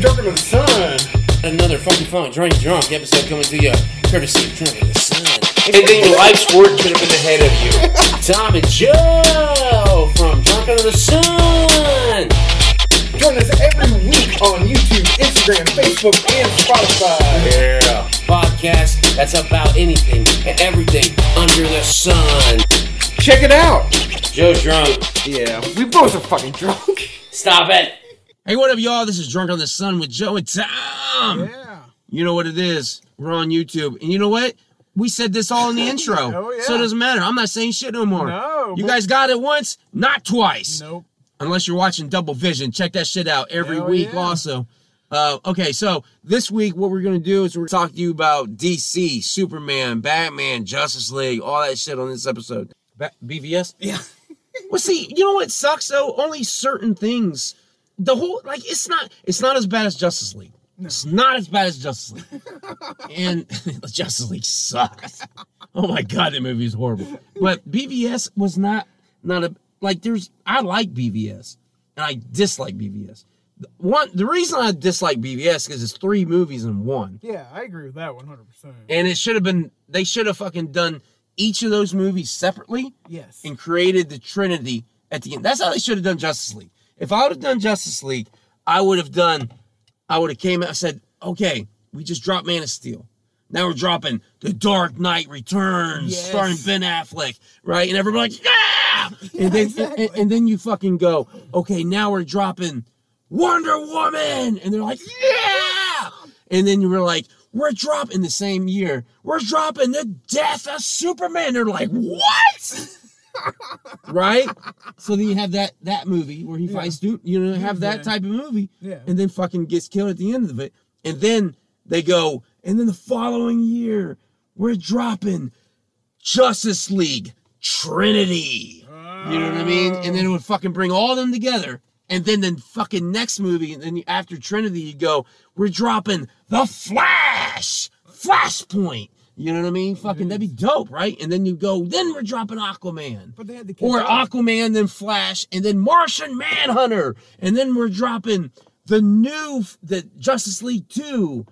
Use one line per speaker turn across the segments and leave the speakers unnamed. Drunken with Sun.
Another funky funk, drunk, drunk episode coming to you courtesy of Drunk in the Sun.
Anything life's work could have been ahead of you.
Tom and Joe from Drunk Under the Sun.
Join us every week on YouTube, Instagram, Facebook, and Spotify.
Yeah.
Podcast that's about anything and everything under the sun.
Check it out.
Joe's drunk.
Yeah, we both are fucking drunk.
Stop it. Hey, what up, y'all? This is Drunk on the Sun with Joe and Tom.
Yeah.
You know what it is. We're on YouTube. And you know what? We said this all in the intro.
Oh, yeah.
So it doesn't matter. I'm not saying shit no more.
No,
You
but-
guys got it once, not twice.
Nope.
Unless you're watching Double Vision. Check that shit out every
Hell
week
yeah.
also. Uh, okay, so this week what we're gonna do is we're gonna talk to you about DC, Superman, Batman, Justice League, all that shit on this episode. Ba- BVS?
Yeah.
Well, see, you know what sucks though? Only certain things. The whole like it's not it's not as bad as Justice League. It's not as bad as Justice League. and Justice League sucks. Oh my god, that movie is horrible. But BVS was not not a like there's I like BVS and I dislike BVS. The One the reason I dislike BVS because it's three movies in one.
Yeah, I agree with that 100%.
And it should have been they should have fucking done each of those movies separately
Yes.
and created the Trinity at the end. That's how they should have done Justice League. If I would have done Justice League, I would have done, I would have came out and said, okay, we just dropped Man of Steel. Now we're dropping The Dark Knight Returns,
Yes.
starring Ben Affleck, right? And everybody like, yeah! and, then,
exactly.
and, and then you fucking go, okay, now we're dropping Wonder Woman. And they're like, yeah! And then you were like, we're dropping the same year. We're dropping the death of Superman. They're like, what? right? So then you have that that movie where he fights Duke. You know, have that
Yeah.
type of movie,
Yeah.
and then fucking gets killed at the end of it. And then they go, and then the following year we're dropping Justice League Trinity. You know what
Ah.
I mean? And then it would fucking bring all them together. And then the fucking next movie, and then you- after Trinity, you go, we're dropping the Flash, Flashpoint. You know what I mean? Fucking, that'd be dope, right? And then you go, then we're dropping Aquaman.
But they had to catch
Or
up.
Aquaman, then Flash, and then Martian Manhunter, and then we're dropping the new the Justice League Two,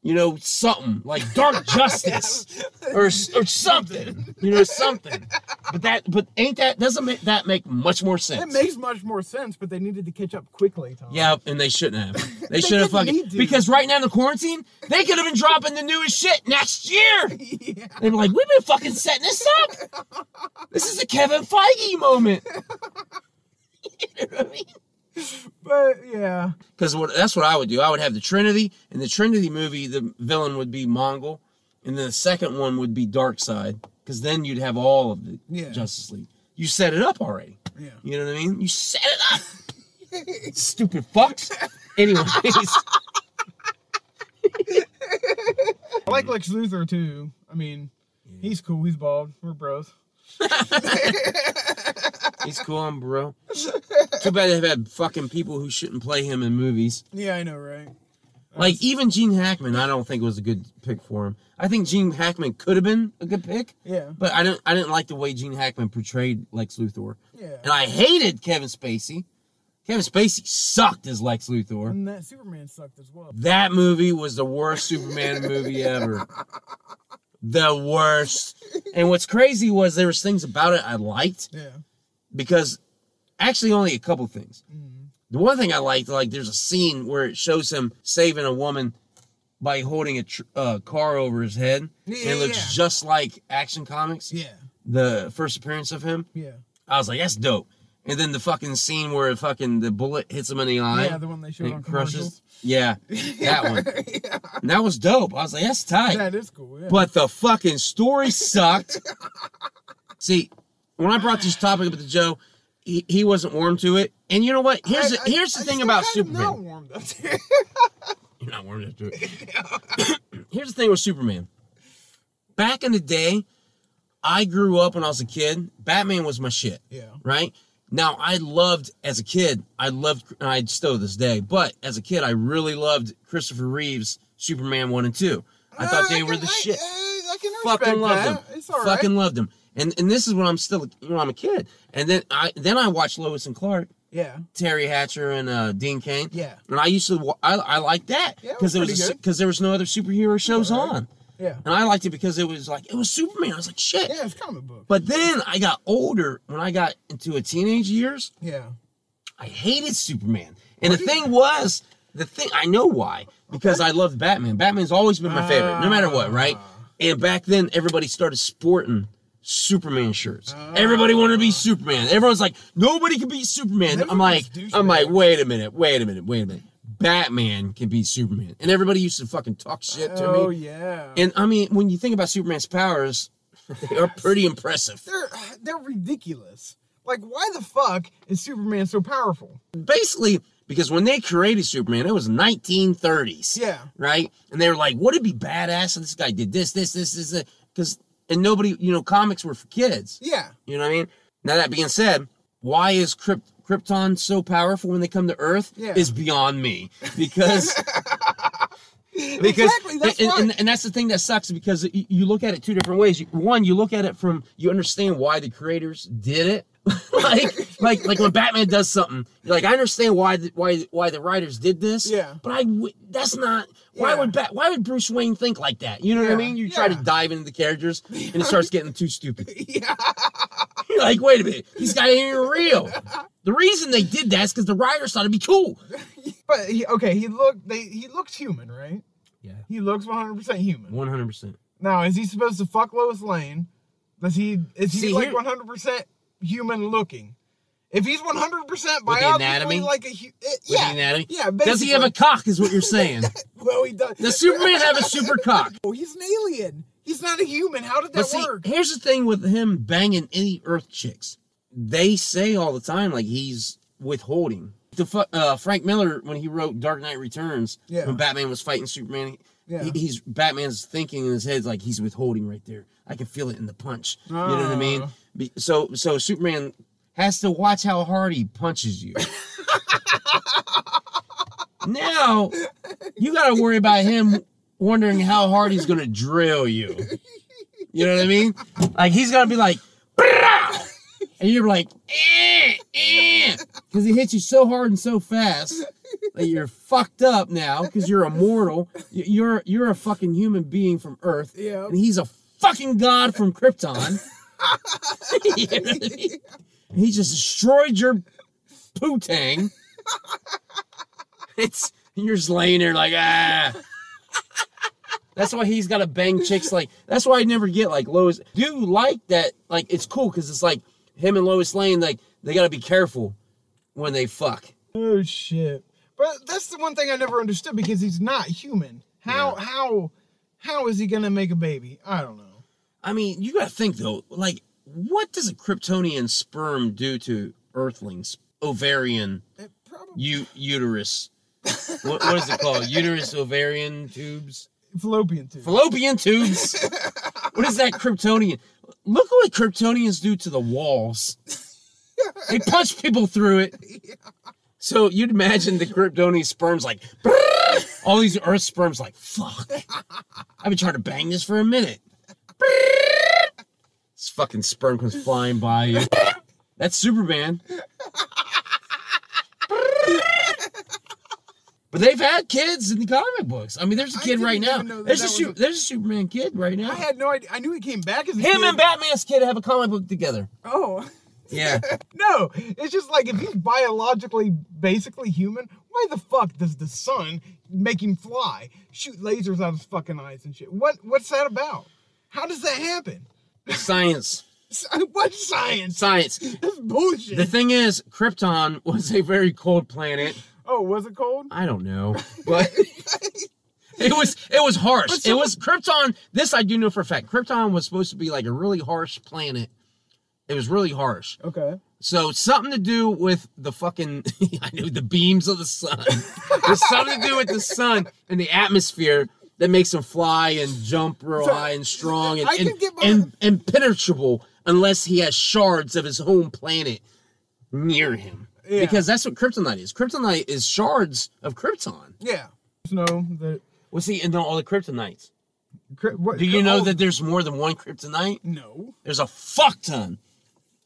you know, something like Dark Justice or or something, you know, something. But that but ain't that doesn't make that make much more sense?
It makes much more sense, but they needed to catch up quickly, Tom.
yeah, and they shouldn't have. They, should
didn't
have fucking
need to.
because right now in the quarantine, they could have been dropping the newest shit next year.
Yeah.
They were like, we've been fucking setting this up. This is a Kevin Feige moment. you know what I mean?
But yeah.
Because what, that's what I would do. I would have the Trinity, and the Trinity movie, the villain would be Mongol, and then the second one would be Dark Side, because then you'd have all of the
Yeah.
Justice League. You set it up already.
Yeah.
You know what I mean? You set it up. Stupid fucks. Anyways,
I like Lex Luthor too. I mean, he's cool. He's bald. We're bros.
he's cool, I'm bro. Too bad they've had fucking people who shouldn't play him in movies.
Yeah, I know, right?
Like even Gene Hackman, I don't think was a good pick for him. I think Gene Hackman could have been a good pick,
Yeah.
but I didn't. I didn't like the way Gene Hackman portrayed Lex Luthor,
Yeah.
and I hated Kevin Spacey. Kevin Spacey sucked as Lex Luthor.
And that Superman sucked as well.
That movie was the worst Superman movie ever. The worst. And what's crazy was there was things about it I liked
Yeah.
because actually only a couple things.
Mhm.
The one thing I liked, like, there's a scene where it shows him saving a woman by holding a tr- uh, car over his head. and
Yeah,
it looks
yeah.
just like Action Comics,
Yeah.
the first appearance of him.
Yeah.
I was like, that's dope. And then the fucking scene where fucking the bullet hits him in the eye
yeah, the one they showed
and
on
it crushes. Yeah, that one. And that was dope. I was like, that's tight.
commercials. That is cool. Yeah.
But the fucking story sucked. See, when I brought this topic up to Joe, he, he wasn't warm to it. And you know what? Here's the,
I- I-
here's the
I
thing
still kind
about
of
Superman.
Not warmed up to it.
You're not warm to it. here's the thing with Superman. Back in the day, I grew up when I was a kid. Batman was my shit.
Yeah.
Right? Now I loved as a kid, I loved and I still to this day, but as a kid I really loved Christopher Reeves Superman 1 and 2. I thought
Uh,
they were
can-
the
I-
shit.
uh, I can respect
fucking loved
that.
him.
It's all right.
fucking loved him. And and this is when I'm still when I'm a kid. And then I then I watched Lois and Clark,
Yeah.
Terry Hatcher and uh, Dean Kane.
Yeah.
And I used to wa- I, I liked that
Yeah, it
because
was
there
pretty
was
good.
because there was no other superhero shows
Alright.
on,
Yeah.
and I liked it because it was like it was Superman. I was like shit.
Yeah, it's comic book.
But then I got older when I got into a teenage years.
yeah.
I hated Superman. And the thing was, the thing I know why because I loved Batman. Batman's always been my favorite, no matter what, right? And back then, everybody started sporting Superman shirts. everybody wanted to be Superman. Everyone's like, nobody can beat Superman.
They
I'm
were
like,
just
I'm like,
douchebags.
wait a minute, wait a minute, wait a minute. Batman can beat Superman, and everybody used to fucking talk shit to
Oh
me.
yeah.
And I mean, when you think about Superman's powers, they are pretty impressive.
they're they're ridiculous. Like, why the fuck is Superman so powerful?
basically because when they created Superman, it was 1930s.
Yeah.
Right? And they were like, would it be badass if this guy did this, this, this, this, because and nobody, you know, comics were for kids.
Yeah.
You know what I mean? Now that being said, why is Krypt- Krypton so powerful when they come to Earth
Yeah.
is beyond me because because
exactly. That's
and,
why.
and, and that's the thing that sucks because y- you look at it two different ways. You- One, you look at it from you understand why the creators did it. like like like when Batman does something, you're like I understand why the, why why the writers did this.
Yeah.
But I w- that's not why
Yeah.
would Bat why would Bruce Wayne think like that? You know what I
Yeah,
mean? You try to
yeah.
dive into the characters and it starts getting too stupid.
yeah.
You're like, wait a minute, these guys ain't real. The reason they did that is because the writers thought it'd be cool.
But he, okay, he looked. They he looks human, right?
Yeah,
He looks 100 percent human.
one hundred percent.
Now, is he supposed to fuck Lois Lane? Does he? Is he
See,
like
here-
100 percent human looking? If he's 100 percent
With the
biologically
anatomy?
like a hu- it,
With
yeah,
the anatomy?
yeah.
Does he have a
basically.
cock? Is what you're saying?
Well, he does.
Does Superman have a super cock?
Oh, he's an alien. He's not a human. How did that
But see,
work?
here's the thing with him banging any Earth chicks. They say all the time like he's withholding. The fu- uh, Frank Miller when he wrote Dark Knight Returns,
Yeah.
when Batman was fighting Superman, he-
Yeah.
he- he's Batman's thinking in his head like he's withholding right there. I can feel it in the punch. You know what I mean?
Oh.
Be- so so Superman has to watch how hard he punches you. now you got to worry about him wondering how hard he's gonna drill you. You know what I mean? Like he's gonna be like, "Brah!" and you're like, because he hits you so hard and so fast that you're fucked up now because you're immortal. Y- You're you're a fucking human being from Earth,
Yeah.
and he's a fucking god from Krypton. You know what I mean? He just destroyed your poo-tang. It's you're just laying there like ah. That's why he's got to bang chicks like. That's why I never get like Lois. Do like that? Like it's cool because it's like him and Lois Lane. Like they got to be careful when they fuck.
Oh shit! But that's the one thing I never understood because he's not human. How how how is he gonna make a baby? I don't know.
I mean, you got to think though. Like, what does a Kryptonian sperm do to Earthlings? Ovarian,
It probably
u- uterus. What, what is it called? Uterus, ovarian tubes.
fallopian tube.
fallopian tubes. what is that Kryptonian? Look what Kryptonians do to the walls. They punch people through it. So you'd imagine the Kryptonian sperms like "Brrr." all these Earth sperms like fuck. I've been trying to bang this for a minute. Brrr. This fucking sperm comes flying by you. That's Superman. But they've had kids in the comic books. I mean, there's a
I
kid
didn't
right
even
now.
know that
There's
that
a,
was
Su-
a-
there's a Superman kid right now.
I had no idea. I knew he came back as a
Him
kid.
and Batman's kid have a comic book together.
Oh
Yeah.
no! It's just like if he's biologically basically human, why the fuck does the sun make him fly, shoot lasers out of his fucking eyes and shit? What what's that about? How does that happen?
Science.
What science?
Science.
That's bullshit.
The thing is, Krypton was a very cold planet.
oh, was it cold?
I don't know, but it was it was harsh. It was Krypton. This I do know for a fact. Krypton was supposed to be like a really harsh planet. It was really harsh.
Okay.
So something to do with the fucking I knew the beams of the sun. There's something to do with the sun and the atmosphere that makes them fly and jump real
So,
high and strong and,
I can
and,
get my-
and impenetrable unless he has shards of his home planet near him.
Yeah.
Because that's what kryptonite is. Kryptonite is shards of krypton.
Yeah. Snow that.
Well see, and then all the kryptonites.
Cri- what-
Do you know
oh,
that there's more than one kryptonite?
No.
There's a fuck ton.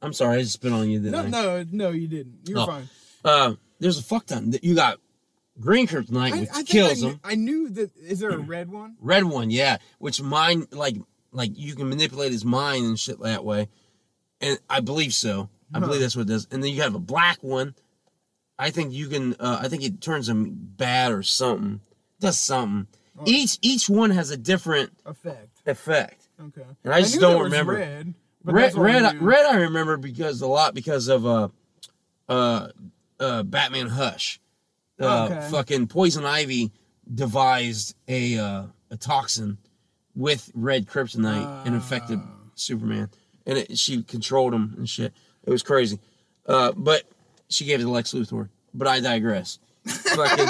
I'm sorry, I just spit on you, didn't
No,
I?
no, no, you didn't. You're
Oh.
fine.
Uh, there's a fuck ton. You got green kryptonite, which kills
I, kn-
them.
I knew that. Is there a red one?
Red one, yeah, which mind like like you can manipulate his mind and shit that way, and I believe so. I
Huh.
believe that's what it does. And then you have a black one. I think you can. Uh, I think it turns him bad or something. Does something.
Oh.
Each each one has a different
Effect.
effect.
Okay.
And I just
knew
don't
there was
remember.
Red. but
Red
that's all I
red I-
knew.
red I remember because a lot because of uh uh uh Batman Hush. Uh,
Okay.
fucking Poison Ivy devised a uh, a toxin with red kryptonite and affected
Ah.
Superman. And it, she controlled him and shit. It was crazy. Uh, but she gave it to Lex Luthor. But I digress. Fucking,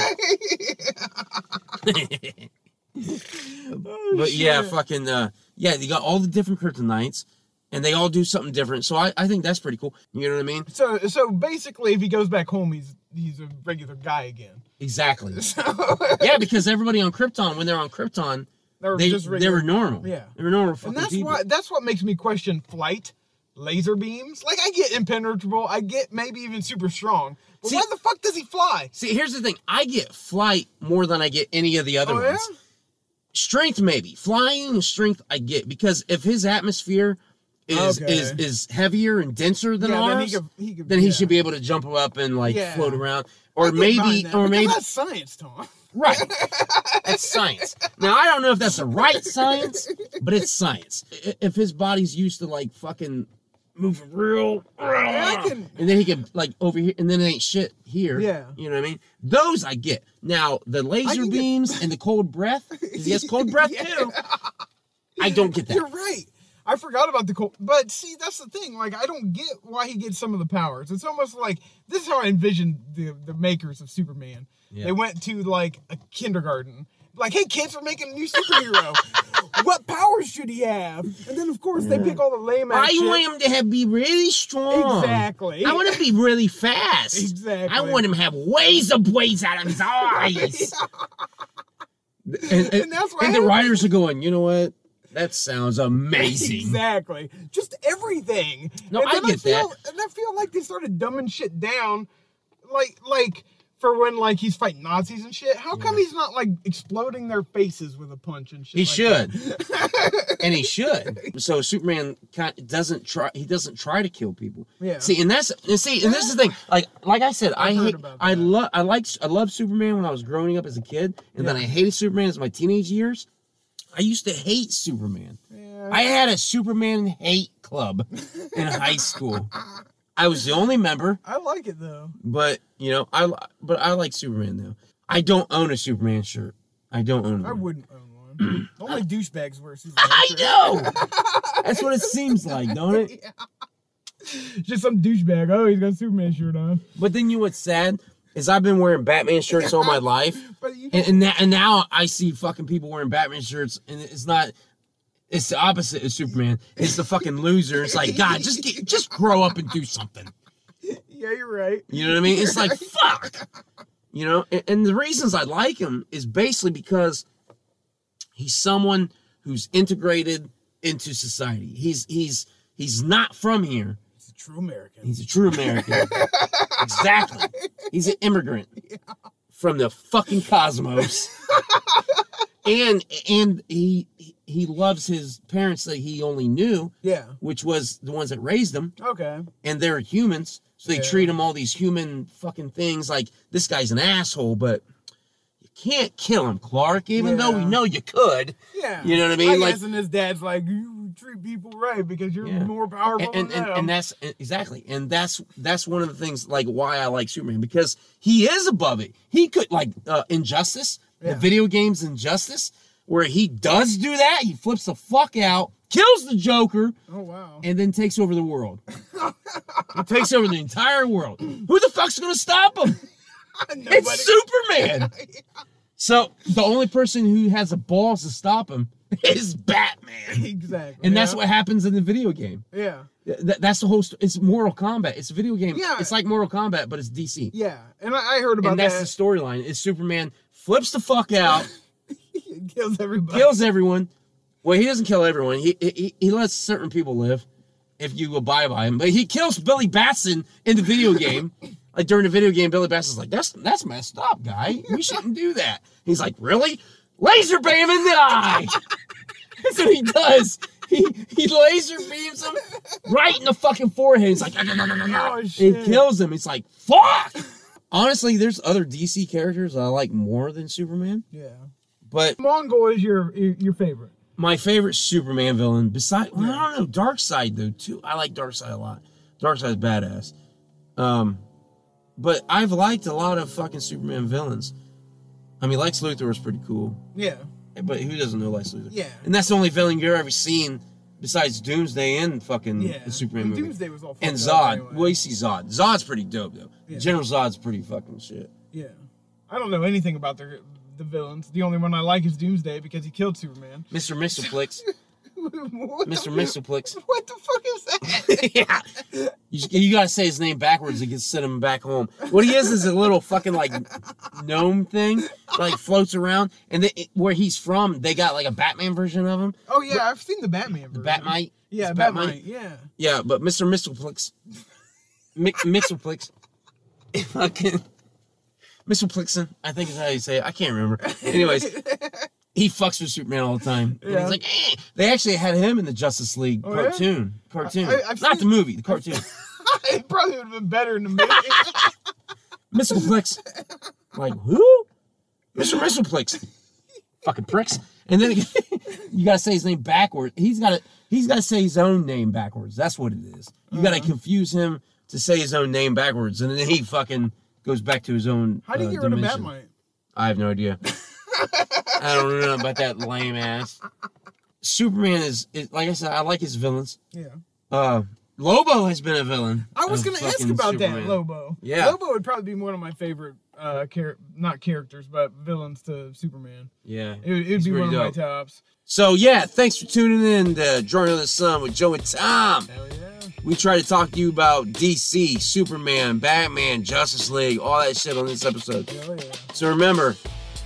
Oh,
but yeah,
shit.
fucking uh, yeah, you got all the different kryptonites and they all do something different. So I, I think that's pretty cool. You know what I mean?
So so basically, if he goes back home, he's he's a regular guy again.
Exactly.
So
yeah, because everybody on Krypton, when they're on Krypton,
they're
they
just
they
regular.
were normal.
Yeah.
they were normal fucking
and that's
people.
why that's what makes me question flight, laser beams. Like I get impenetrable, I get maybe even super strong. But
See-
why the fuck does he fly?
See, here's the thing: I get flight more than I get any of the other
Oh
ones.
yeah.
Strength, maybe flying and strength, I get because if his atmosphere is
Okay.
is is heavier and denser than
yeah,
ours,
then he, could, he, could,
then he
yeah.
should be able to jump up and like
Yeah.
float around,
I
or
get
maybe,
behind that,
or
because
maybe
that's science, Tom.
Right. That's science. Now I don't know if that's the right science, but it's science. I- If his body's used to like fucking move real,
I can-
and then he can like over here, and then it ain't shit here.
Yeah.
You know what I mean? Those I get. Now the laser
can get-
beams and the cold breath. 'cause He has cold breath
Yeah.
too. I don't get
You're
that.
right. I forgot about the cold. But see, that's the thing. Like, I don't get why he gets some of the powers. It's almost like this is how I envisioned the, the makers of Superman.
Yeah.
They went to like a kindergarten. Like, hey kids, we're making a new superhero. what powers should he have? And then of course they pick all the lame ass
I
shit.
want him to have be really strong.
Exactly.
I want him to be really fast.
Exactly.
I want him to have waves of waves out of his eyes. and,
And that's why
and the
I-
writers are going, you know what? That sounds amazing.
Exactly. Just everything.
No, I
then
get
feel, And I feel like they started dumbing shit down, like like for when like he's fighting Nazis and shit. How come he's not like exploding their faces with a punch and shit?
He
like that?
should, and he should. So Superman ki- doesn't try. He doesn't try to kill people.
Yeah.
See, and that's and see, and this is the thing. Like, like I said, I,
heard
hate.
about
I
that.
love. I like. I love Superman when I was growing up as a kid, and then I
Yeah.
hated Superman as my teenage years. I used to hate Superman.
Yeah.
I had a Superman hate club in high school. I was the only member,
I like it though.
but you know, I li- but I like Superman though. I don't own a Superman shirt. I don't own.
I
one.
wouldn't own one. Only douchebags wear Superman.
I
shirts.
know. That's what it seems like, don't it?
Just some douchebag. Oh, he's got a Superman shirt on.
But then you know what's sad is I've been wearing Batman shirts all my life,
But you
and and, na- and now I see fucking people wearing Batman shirts, and it's not. It's the opposite of Superman. It's the fucking loser. It's like God, just get, just grow up and do something.
yeah, you're right.
You know what I mean? It's like fuck. You know, and, and the reasons I like him is basically because he's someone who's integrated into society. He's he's he's not from here.
He's a true American.
He's a true American. exactly. He's an immigrant from the fucking cosmos. and and he he loves his parents that he only knew,
yeah.
which was the ones that raised him,
Okay.
and they're humans. So they
Yeah.
treat him all these human fucking things like this guy's an asshole, but you can't kill him, Clark, even though we
Yeah.
know you could.
Yeah.
You know what I mean?
I
Like-
guess, and his dad's like, you treat people right because you're
Yeah.
more powerful
and, and,
than
and,
them.
and that's e, exactly and that's that's one of the things like why i like superman because he is above it he could like uh injustice the
Yeah.
video games injustice where he does do that he flips the fuck out kills the joker
oh wow.
and then takes over the world he takes over the entire world who the fuck's gonna stop him it's superman so the only person who has the balls to stop him is batman
exactly.
and that's
yeah.
what happens in the video game
Yeah.
Th- th- that's the whole. St- it's Mortal Kombat. It's a video game.
Yeah.
It's like Mortal Kombat, but it's DC.
Yeah. And I, I heard about
and that's
that.
the storyline. Is Superman flips the fuck out,
It kills everybody.
kills everyone. Well, he doesn't kill everyone. He he, he lets certain people live, if you abide by him. But he kills Billy Batson in the video game, Like during the video game, Billy Bass is like, "That's that's messed up, guy. We shouldn't do that." He's like, "Really? Laser beam in the eye." that's what he does. He he laser beams him right in the fucking forehead. He's like,
Oh,
"It
shit.
kills him." He's like, "Fuck." Honestly, there's other DC characters I like more than Superman,
Yeah.
but
Mongol is your your, your favorite.
my favorite Superman villain, besides, well, I don't know, Darkseid, though, too. I like Darkseid a lot. Darkseid's badass. Um, but I've liked a lot of fucking Superman villains. I mean, Lex Luthor is pretty cool,
Yeah.
but who doesn't know Lex Luthor?
Yeah.
And that's the only villain you've ever seen besides Doomsday and fucking
Yeah.
the Superman movie.
Doomsday was all.
and
fucked up
Zod.
anyway.
Well, you see Zod. Zod's pretty dope, though.
Yeah.
General Zod's pretty fucking shit.
Yeah. I don't know anything about the the villains. The only one I like is Doomsday because he killed Superman.
Mr. Mistleplex.
What the-
Mr. Mistleplex.
What the fuck is that?
yeah. You, you gotta say his name backwards to get send him back home. What he is is a little fucking like gnome thing, like floats around, and they, where he's from, they got like a Batman version of him,
oh yeah, I've seen the Batman.
the
version.
Batmite.
Yeah,
It's
Batmite. Yeah.
Yeah, but Mister Mistleplex, Mi- Mixelplex, fucking Mistleplexin, I think is how you say it. I can't remember. Anyways. He fucks with Superman all the time. And
Yeah.
He's like, eh. they actually had him in the Justice League
Oh, yeah?
cartoon. Cartoon,
I- I've
not
seen-
the movie, the cartoon.
it probably would have been better in the movie.
Mr. Flex. Like, who? Mr. Mr. Flex. Fucking pricks. And then you gotta say his name backwards. He's gotta he's gotta say his own name backwards. That's what it is. You gotta
Mm-hmm.
confuse him to say his own name backwards, and then he fucking goes back to his own.
How do you
uh,
get rid of
dimension.
Batmite?
I have no idea. I don't know about that lame ass. Superman is, is like I said, I like his villains.
Yeah.
Uh Lobo has been a villain.
I was
of
gonna ask
fucking
about that
Superman.
Lobo.
Yeah.
Lobo would probably be one of my favorite uh char- not characters but villains to Superman.
Yeah.
It would it'd
He's
be one
pretty
of my
dope.
tops.
So yeah, thanks for tuning in to Journey of the Sun with Joe and Tom.
Hell yeah.
We try to talk to you about DC, Superman, Batman, Justice League, all that shit on this episode.
Hell yeah.
So remember,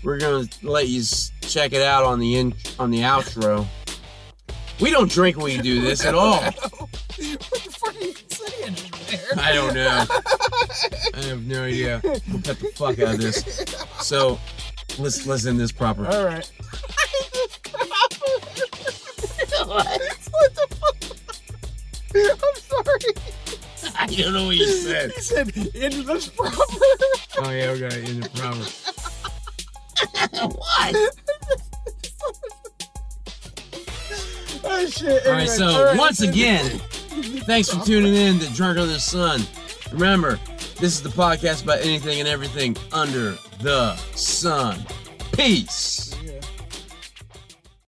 we're gonna let you s- check it out on the in- on the outro. We don't drink when we do this at all.
what the fuck are you saying there?
I don't know. I have no idea. We'll cut the fuck out of this. So let's let's end this proper.
All right. what the fuck? I'm sorry.
I don't know what you said.
He said, "End this proper."
Oh yeah, we gotta end it proper.
oh shit.
All right,
Anyway,
so
all right,
once
let's end
again,
it.
thanks for tuning in to Drunk Under the Sun. Remember, this is the podcast about anything and everything under the sun. Peace.